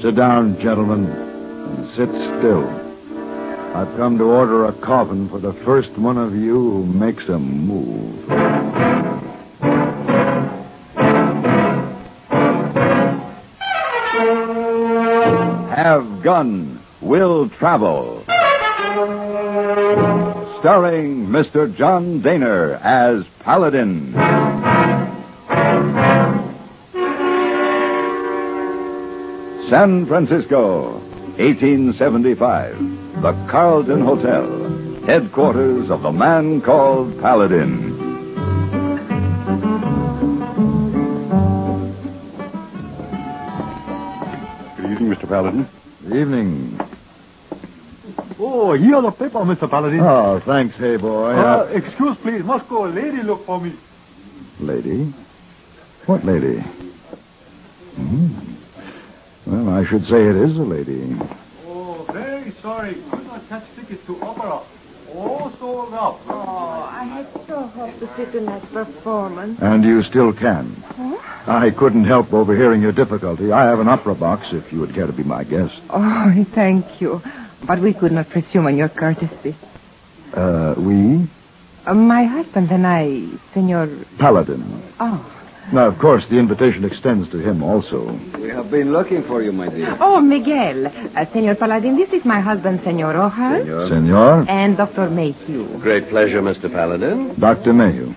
Sit down, gentlemen, and sit still. I've come to order a coffin for the first one of you who makes a move. Have Gun Will Travel. Starring Mr. John Daner as Paladin. San Francisco, 1875. The Carlton Hotel, headquarters of the man called Paladin. Good evening, Mr. Paladin. Evening. Oh, here are the paper, Mr. Paladin. Oh, thanks, hey boy. Uh, excuse, please. Must go a lady look for me. Lady? What lady? Hmm. Well, I should say it is a lady. Oh, very sorry. Could not catch tickets to opera. Oh, sold out. Oh, I had so hoped to sit in that performance. And you still can. I couldn't help overhearing your difficulty. I have an opera box if you would care to be my guest. Oh, thank you. But we could not presume on your courtesy. Uh, we? Uh, my husband and I, Senor. Paladin. Oh. Now, of course, the invitation extends to him also. We have been looking for you, my dear. Oh, Miguel. Uh, Senor Paladin, this is my husband, Senor Rojas. Uh, Senor? And Dr. Mayhew. Great pleasure, Mr. Paladin. Dr. Mayhew.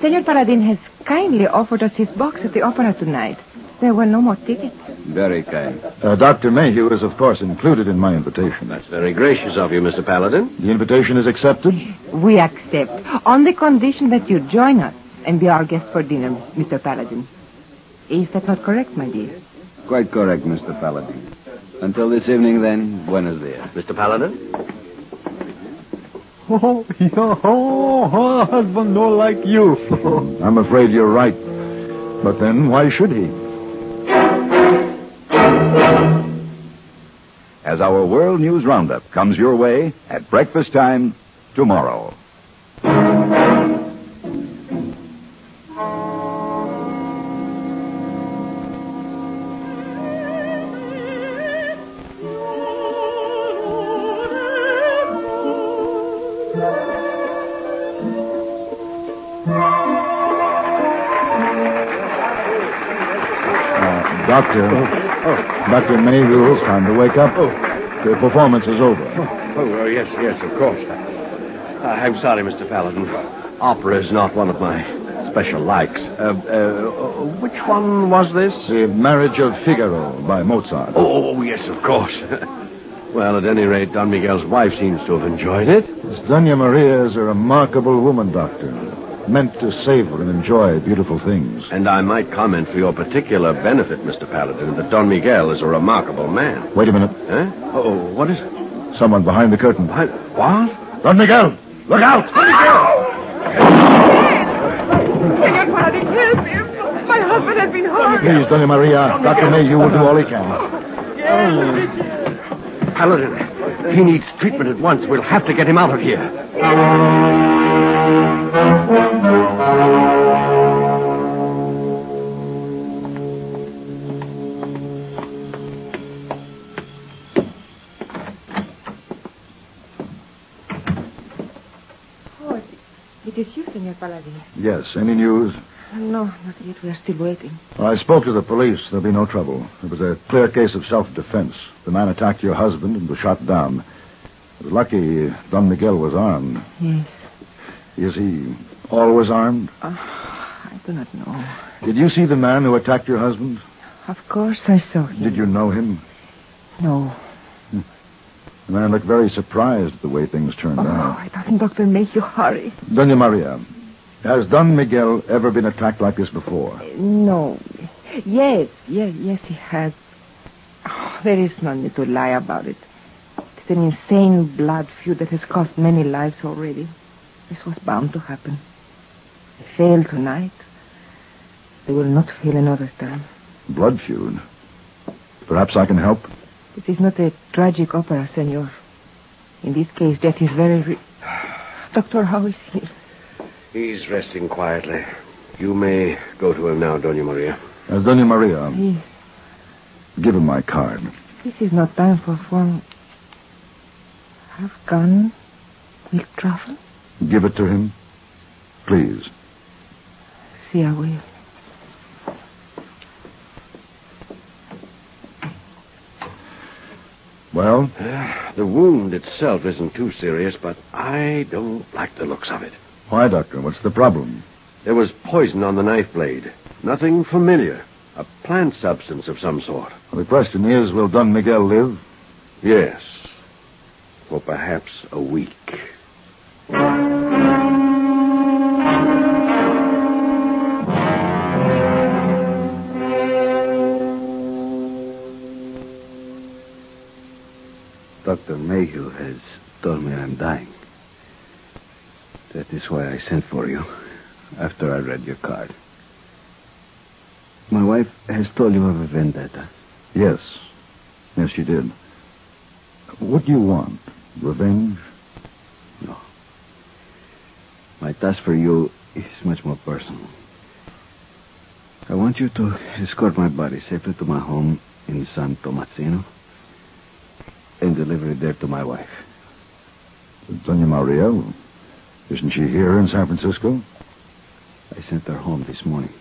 Senor Paladin has kindly offered us his box at the opera tonight. There were no more tickets. Very kind. Uh, Dr. Mayhew is, of course, included in my invitation. That's very gracious of you, Mr. Paladin. The invitation is accepted? We accept, on the condition that you join us and be our guest for dinner, Mr. Paladin. Is that not correct, my dear? Quite correct, Mr. Paladin. Until this evening, then, buenos dias. Mr. Paladin? Oh, your oh, husband no like you. I'm afraid you're right. But then, why should he? As our World News Roundup comes your way at breakfast time tomorrow. Uh, doctor. Dr. Mayhew, it's time to wake up. The performance is over. Oh, uh, yes, yes, of course. Uh, I'm sorry, Mr. Paladin. Opera is not one of my special likes. Uh, uh, which one was this? The Marriage of Figaro by Mozart. Oh, oh, yes, of course. well, at any rate, Don Miguel's wife seems to have enjoyed it. Miss Dona Maria is a remarkable woman, Doctor. Meant to savor and enjoy beautiful things. And I might comment for your particular benefit, Mr. Paladin, that Don Miguel is a remarkable man. Wait a minute. Huh? Oh, what is it? Someone behind the curtain. What? What? Don Miguel! Look out! Senor Paladin, help him. My husband has been harmed. Please, Dona Maria, Dr. Mayhew will do all he can. Paladin, he needs treatment at once. We'll have to get him out of here. Oh, it is you, Senor Paladin. Yes, any news? No, not yet. We are still waiting. I spoke to the police. There'll be no trouble. It was a clear case of self-defense. The man attacked your husband and was shot down. It was lucky Don Miguel was armed. Yes. Is he always armed? Ah, I do not know. Did you see the man who attacked your husband? Of course I saw him. Did you know him? No. The man looked very surprised at the way things turned out. Oh, I doesn't Dr. Mayhew hurry. Dona Maria, has Don Miguel ever been attacked like this before? No. Yes, yes, yes, he has. Oh, there is no need to lie about it. It's an insane blood feud that has cost many lives already. This was bound to happen. They failed tonight. They will not fail another time. Blood feud. Perhaps I can help. It is not a tragic opera, senor. In this case, death is very... Re- Doctor Howe is here. He's resting quietly. You may go to him now, Dona Maria. As Dona Maria, He... Give him my card. This is not time for form. Have gun. Will travel. Give it to him. Please. See, I will. Well, Uh, The wound itself isn't too serious, but I don't like the looks of it. why, Doctor? What's the problem? There was poison on the knife blade. Nothing familiar. A plant substance of some sort. Well, the question is, will Don Miguel live? Yes. For perhaps a week. Dr. Mayhew has told me I'm dying. That is why I sent for you after I read your card. My wife has told you of a vendetta. Yes. Yes, she did. What do you want? Revenge? No. My task for you is much more personal. I want you to escort my body safely to my home in San Tomasino and deliver it there to my wife. Dona Mauriel? Isn't she here in San Francisco? I sent her home this morning.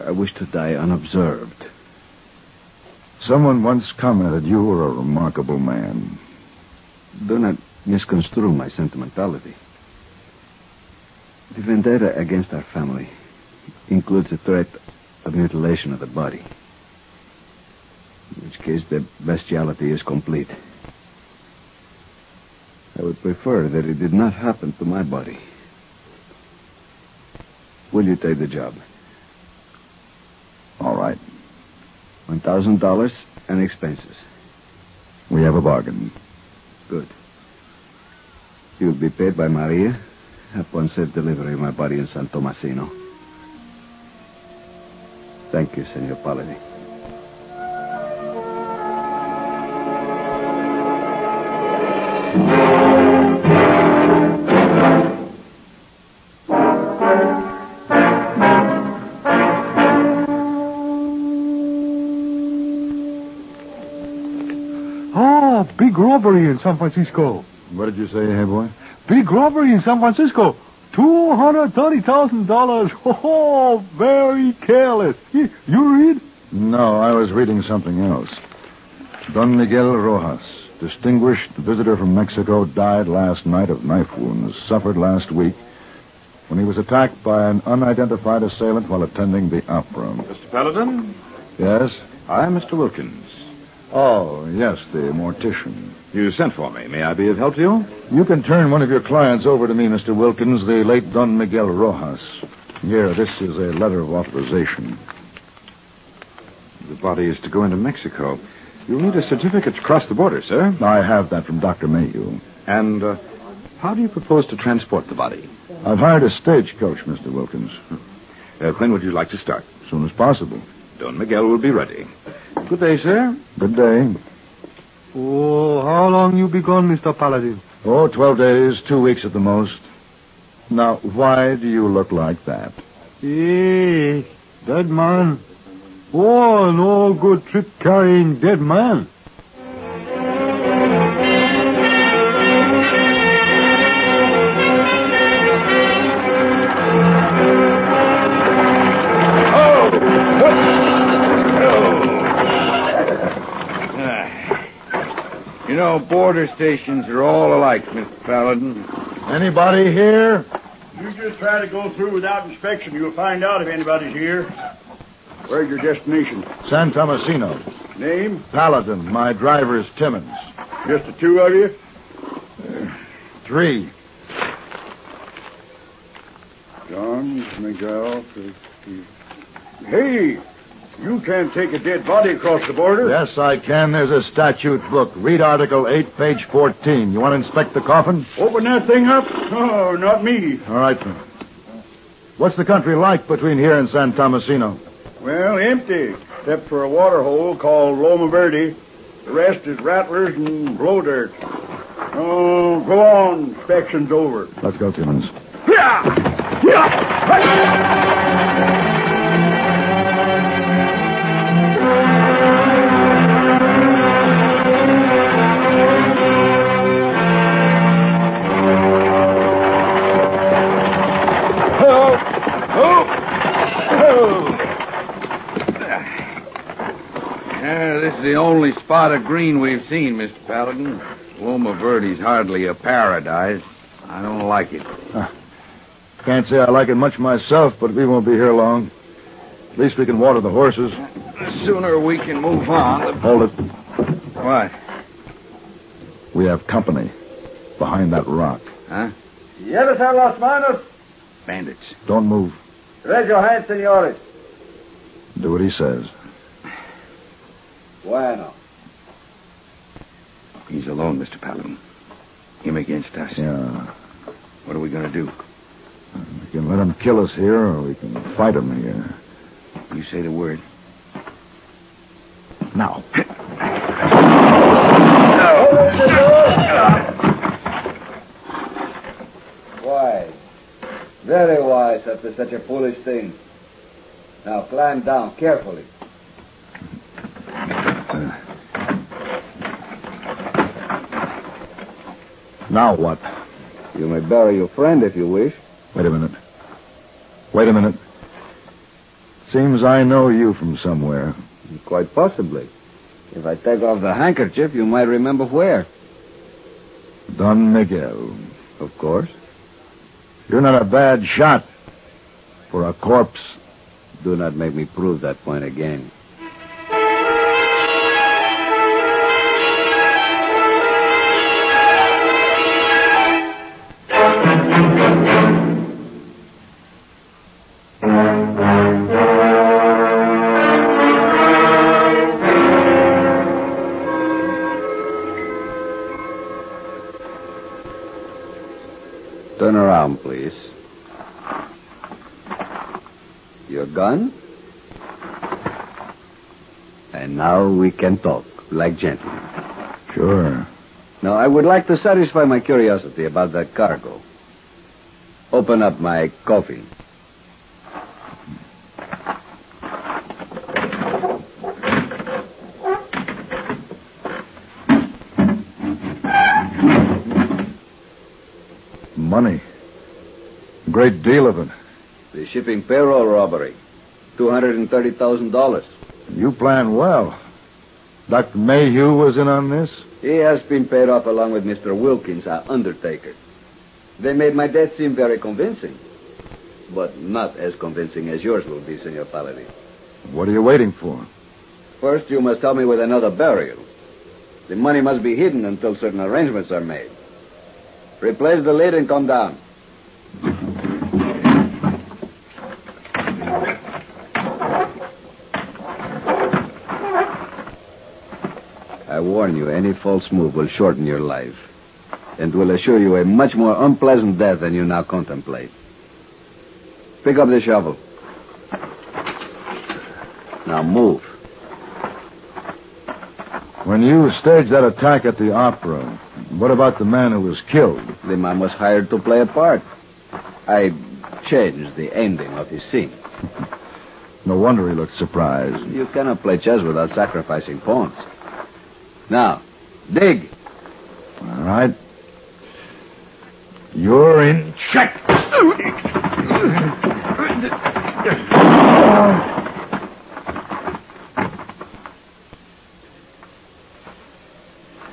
I wish to die unobserved. Someone once commented you were a remarkable man. Do not misconstrue my sentimentality. The vendetta against our family includes the threat of mutilation of the body. In which case, the bestiality is complete. I would prefer that it did not happen to my body. Will you take the job? All right. $1,000 and expenses. We have a bargain. Good. You'll be paid by Maria upon safe delivery of my body in San Tomasino. Thank you, Senor Paladin. Ah, big robbery in San Francisco. What did you say, hey boy? Big robbery in San Francisco. Two hundred thirty thousand dollars. Oh, very careless. You read? No, I was reading something else. Don Miguel Rojas, distinguished visitor from Mexico, died last night of knife wounds suffered last week when he was attacked by an unidentified assailant while attending the opera. Mr. Paladin? Yes? I'm Mr. Wilkins. Oh, yes, the mortician. You sent for me. May I be of help to you? You can turn one of your clients over to me, Mr. Wilkins, the late Don Miguel Rojas. Here, this is a letter of authorization. The body is to go into Mexico. You'll need a certificate to cross the border, sir. I have that from Dr. Mayhew. And uh, how do you propose to transport the body? I've hired a stagecoach, Mr. Wilkins, Uh, when would you like to start? as soon as possible. Don Miguel will be ready. Good day, sir. Good day. Oh, how long you be gone, Mr. Paladin? Oh, 12 days, two weeks at the most. Now, why do you look like that? Eh, dead man. Oh, no good trip carrying dead man. You know, border stations are all alike, Mr. Paladin. Anybody here? You just try to go through without inspection. You'll find out if anybody's here. Where's your destination? San Tomasino. Name? Paladin. My driver is Timmons. Just the two of you? Three. John, Miguel, Hey, you can't take a dead body across the border. Yes, I can. There's a statute book. Read Article 8, page 14. You want to inspect the coffin? Open that thing up. Oh, not me. All right, then. What's the country like between here and San Tomasino? Well, empty, except for a water hole called Loma Verde. The rest is rattlers and blow dirt. Oh, go on. Inspection's over. Let's go, Timmons. Yeah! only spot of green we've seen, Mr. Paladin. Loma Verde's hardly a paradise. I don't like it. Can't say I like it much myself, but we won't be here long. At least we can water the horses. The sooner we can move on, Hold it. the... What? We have company behind that rock. Huh? Yes, a los manos. Bandits. Don't move. Raise your hands, senores. Do what he says. Bueno. He's alone, Mr. Paladin. Him against us. Yeah. What are we going to do? We can let him kill us here, or we can fight him here. You say the word. Now. Wise. Very wise after such a foolish thing. Now climb down carefully. Now what? You may bury your friend if you wish. Wait a minute. Wait a minute. Seems I know you from somewhere. Quite possibly. If I take off the handkerchief, you might remember where. Don Miguel. Of course. You're not a bad shot for a corpse. Do not make me prove that point again. Turn around, please. Your gun? And now we can talk, like gentlemen. Sure. Now, I would like to satisfy my curiosity about that cargo. Open up my coffee. Money. A great deal of it. The shipping payroll robbery. $230,000. You plan well. Dr. Mayhew was in on this? He has been paid off along with Mr. Wilkins, our undertaker. They made my death seem very convincing. But not as convincing as yours will be, Senor Paladin. What are you waiting for? First, you must help me with another burial. The money must be hidden until certain arrangements are made. Replace the lid and come down. I warn you, any false move will shorten your life and will assure you a much more unpleasant death than you now contemplate. Pick up the shovel. Now move. When you staged that attack at the opera, what about the man who was killed? The man was hired to play a part. I changed the ending of his scene. No wonder he looked surprised. You cannot play chess without sacrificing pawns. Now, dig. All right. You're in check.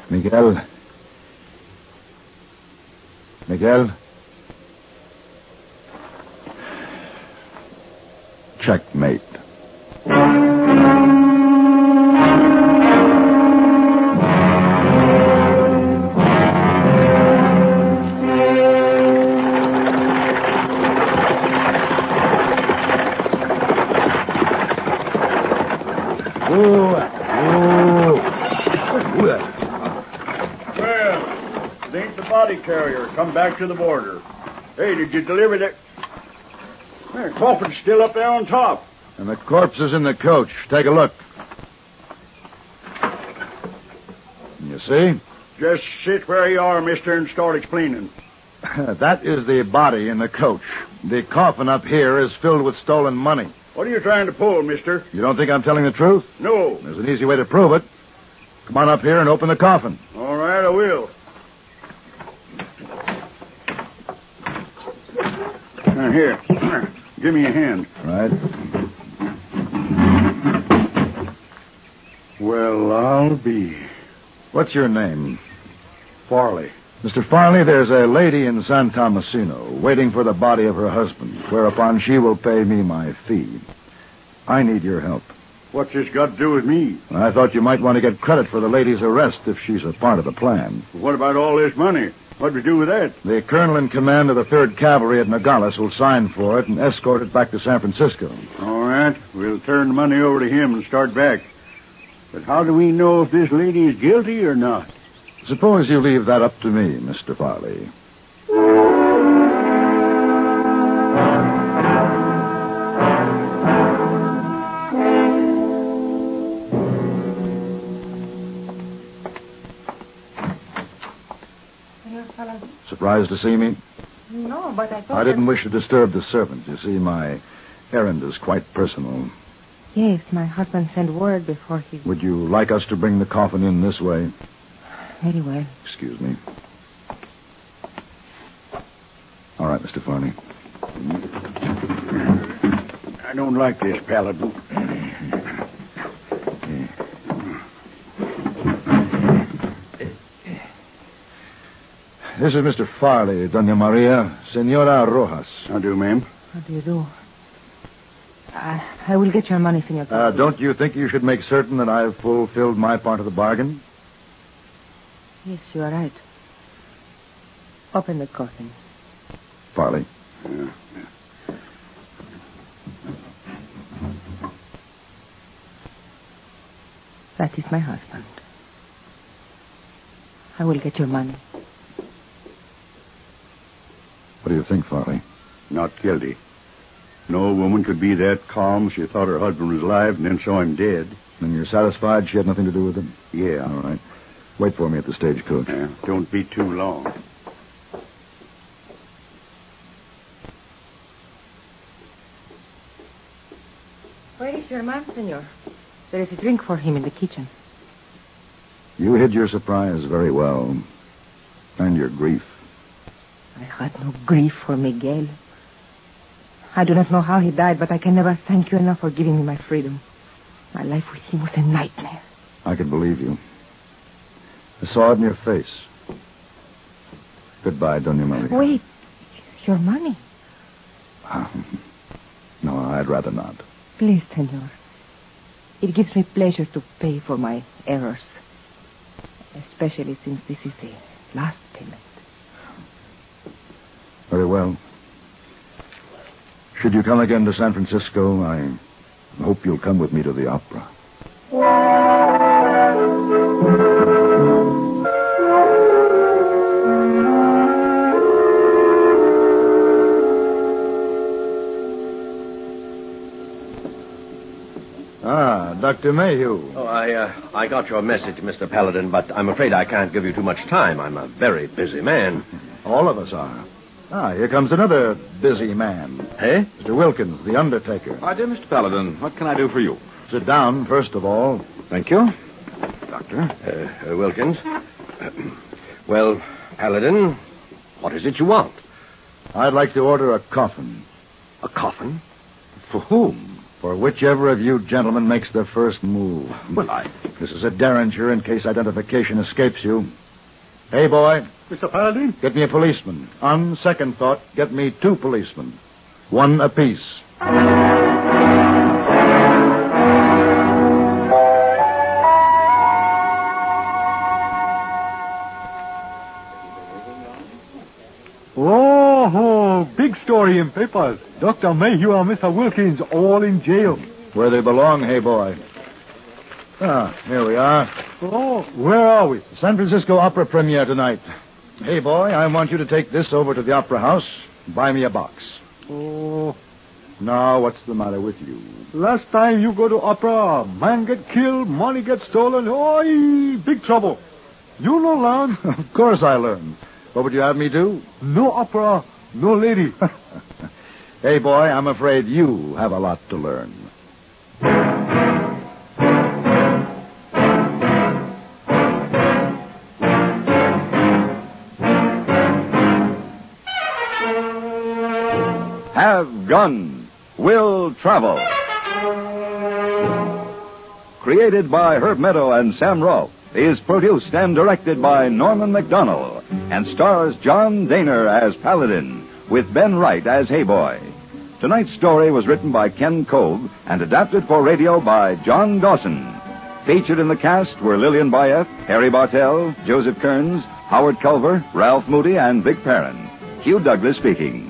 Miguel. Miguel. Checkmate. Well, think the body carrier. Come back to the border. Hey, did you deliver that? Man, coffin's still up there on top. And the corpse is in the coach. Take a look. You see? Just sit where you are, mister, and start explaining. that is the body in the coach. The coffin up here is filled with stolen money. What are you trying to pull, mister? You don't think I'm telling the truth? No. There's an easy way to prove it. Come on up here and open the coffin. All right, I will. Now, here. Give me a hand. Right. Well, I'll be. What's your name? Farley. Mr. Farley, there's a lady in San Tomasino waiting for the body of her husband, whereupon she will pay me my fee. I need your help. What's this got to do with me? And I thought you might want to get credit for the lady's arrest if she's a part of the plan. What about all this money? What'd we do with that? The colonel in command of the 3rd Cavalry at Nogales will sign for it and escort it back to San Francisco. All right. We'll turn the money over to him and start back. But how do we know if this lady is guilty or not? Suppose you leave that up to me, Mr. Farley. Surprised to see me? No, but I thought. I didn't wish to disturb the servant. You see, my errand is quite personal. Yes, my husband sent word before he. Would you like us to bring the coffin in this way? Very well. Excuse me. All right, Mr. Farley. I don't like this, Paladin. This is Mr. Farley, Dona Maria, Senora Rojas. I do, ma'am. What do you do? I, I will get your money, Senor. Uh, don't you think you should make certain that I've fulfilled my part of the bargain? Yes, you are right. Open the coffin. Farley. That is my husband. I will get your money. What do you think, Farley? Not guilty. No woman could be that calm. She thought her husband was alive and then saw him dead. Then you're satisfied she had nothing to do with it? Yeah. All right. Wait for me at the stagecoach. Yeah, don't be too long. Where is your man, Senor? There is a drink for him in the kitchen. You hid your surprise very well. And your grief. I had no grief for Miguel. I do not know how he died, but I can never thank you enough for giving me my freedom. My life with him was a nightmare. I can believe you. I saw it in your face. Goodbye, Dona Maria. Wait, your money. No, I'd rather not. Please, Senor. It gives me pleasure to pay for my errors. Especially since this is the last payment. Very well. Should you come again to San Francisco, I hope you'll come with me to the opera. Ah, Dr. Mayhew. Oh, I, uh, I got your message, Mr. Paladin, but I'm afraid I can't give you too much time. I'm a very busy man. All of us are. Ah, here comes another busy man. Hey? Mr. Wilkins, the undertaker. My dear Mr. Paladin, what can I do for you? Sit down, first of all. Thank you. Doctor? Uh, uh, Wilkins. well, Paladin, what is it you want? I'd like to order a coffin A coffin? For whom? For whichever of you gentlemen makes the first move. Well, I. This is a derringer in case identification escapes you. Hey, boy, Mr. Paladin? get me a policeman. On second thought, get me two policemen. One apiece. Oh, ho, big story in papers. Dr. Mayhew and Mr. Wilkins all in jail. Where they belong, hey, boy. Ah, here we are. Oh, where are we? San Francisco Opera premiere tonight. Hey, boy, I want you to take this over to the Opera House. and Buy me a box. Oh, Now, what's the matter with you? last time you go to opera, man get killed, money get stolen. Oi, big trouble. You know, Lon, of course I learn. What would you have me do? no opera, no lady. Hey, boy, I'm afraid you have a lot to learn. Have gun. Will travel. created by Herb Meadow and Sam Rolfe, is produced and directed by Norman McDonald and stars John Daner as Paladin, with Ben Wright as Hayboy. Tonight's story was written by Ken Cove and adapted for radio by John Dawson. Featured in the cast were Lillian Bayef, Harry Bartell, Joseph Kearns, Howard Culver, Ralph Moody, and Vic Perrin. Hugh Douglas speaking.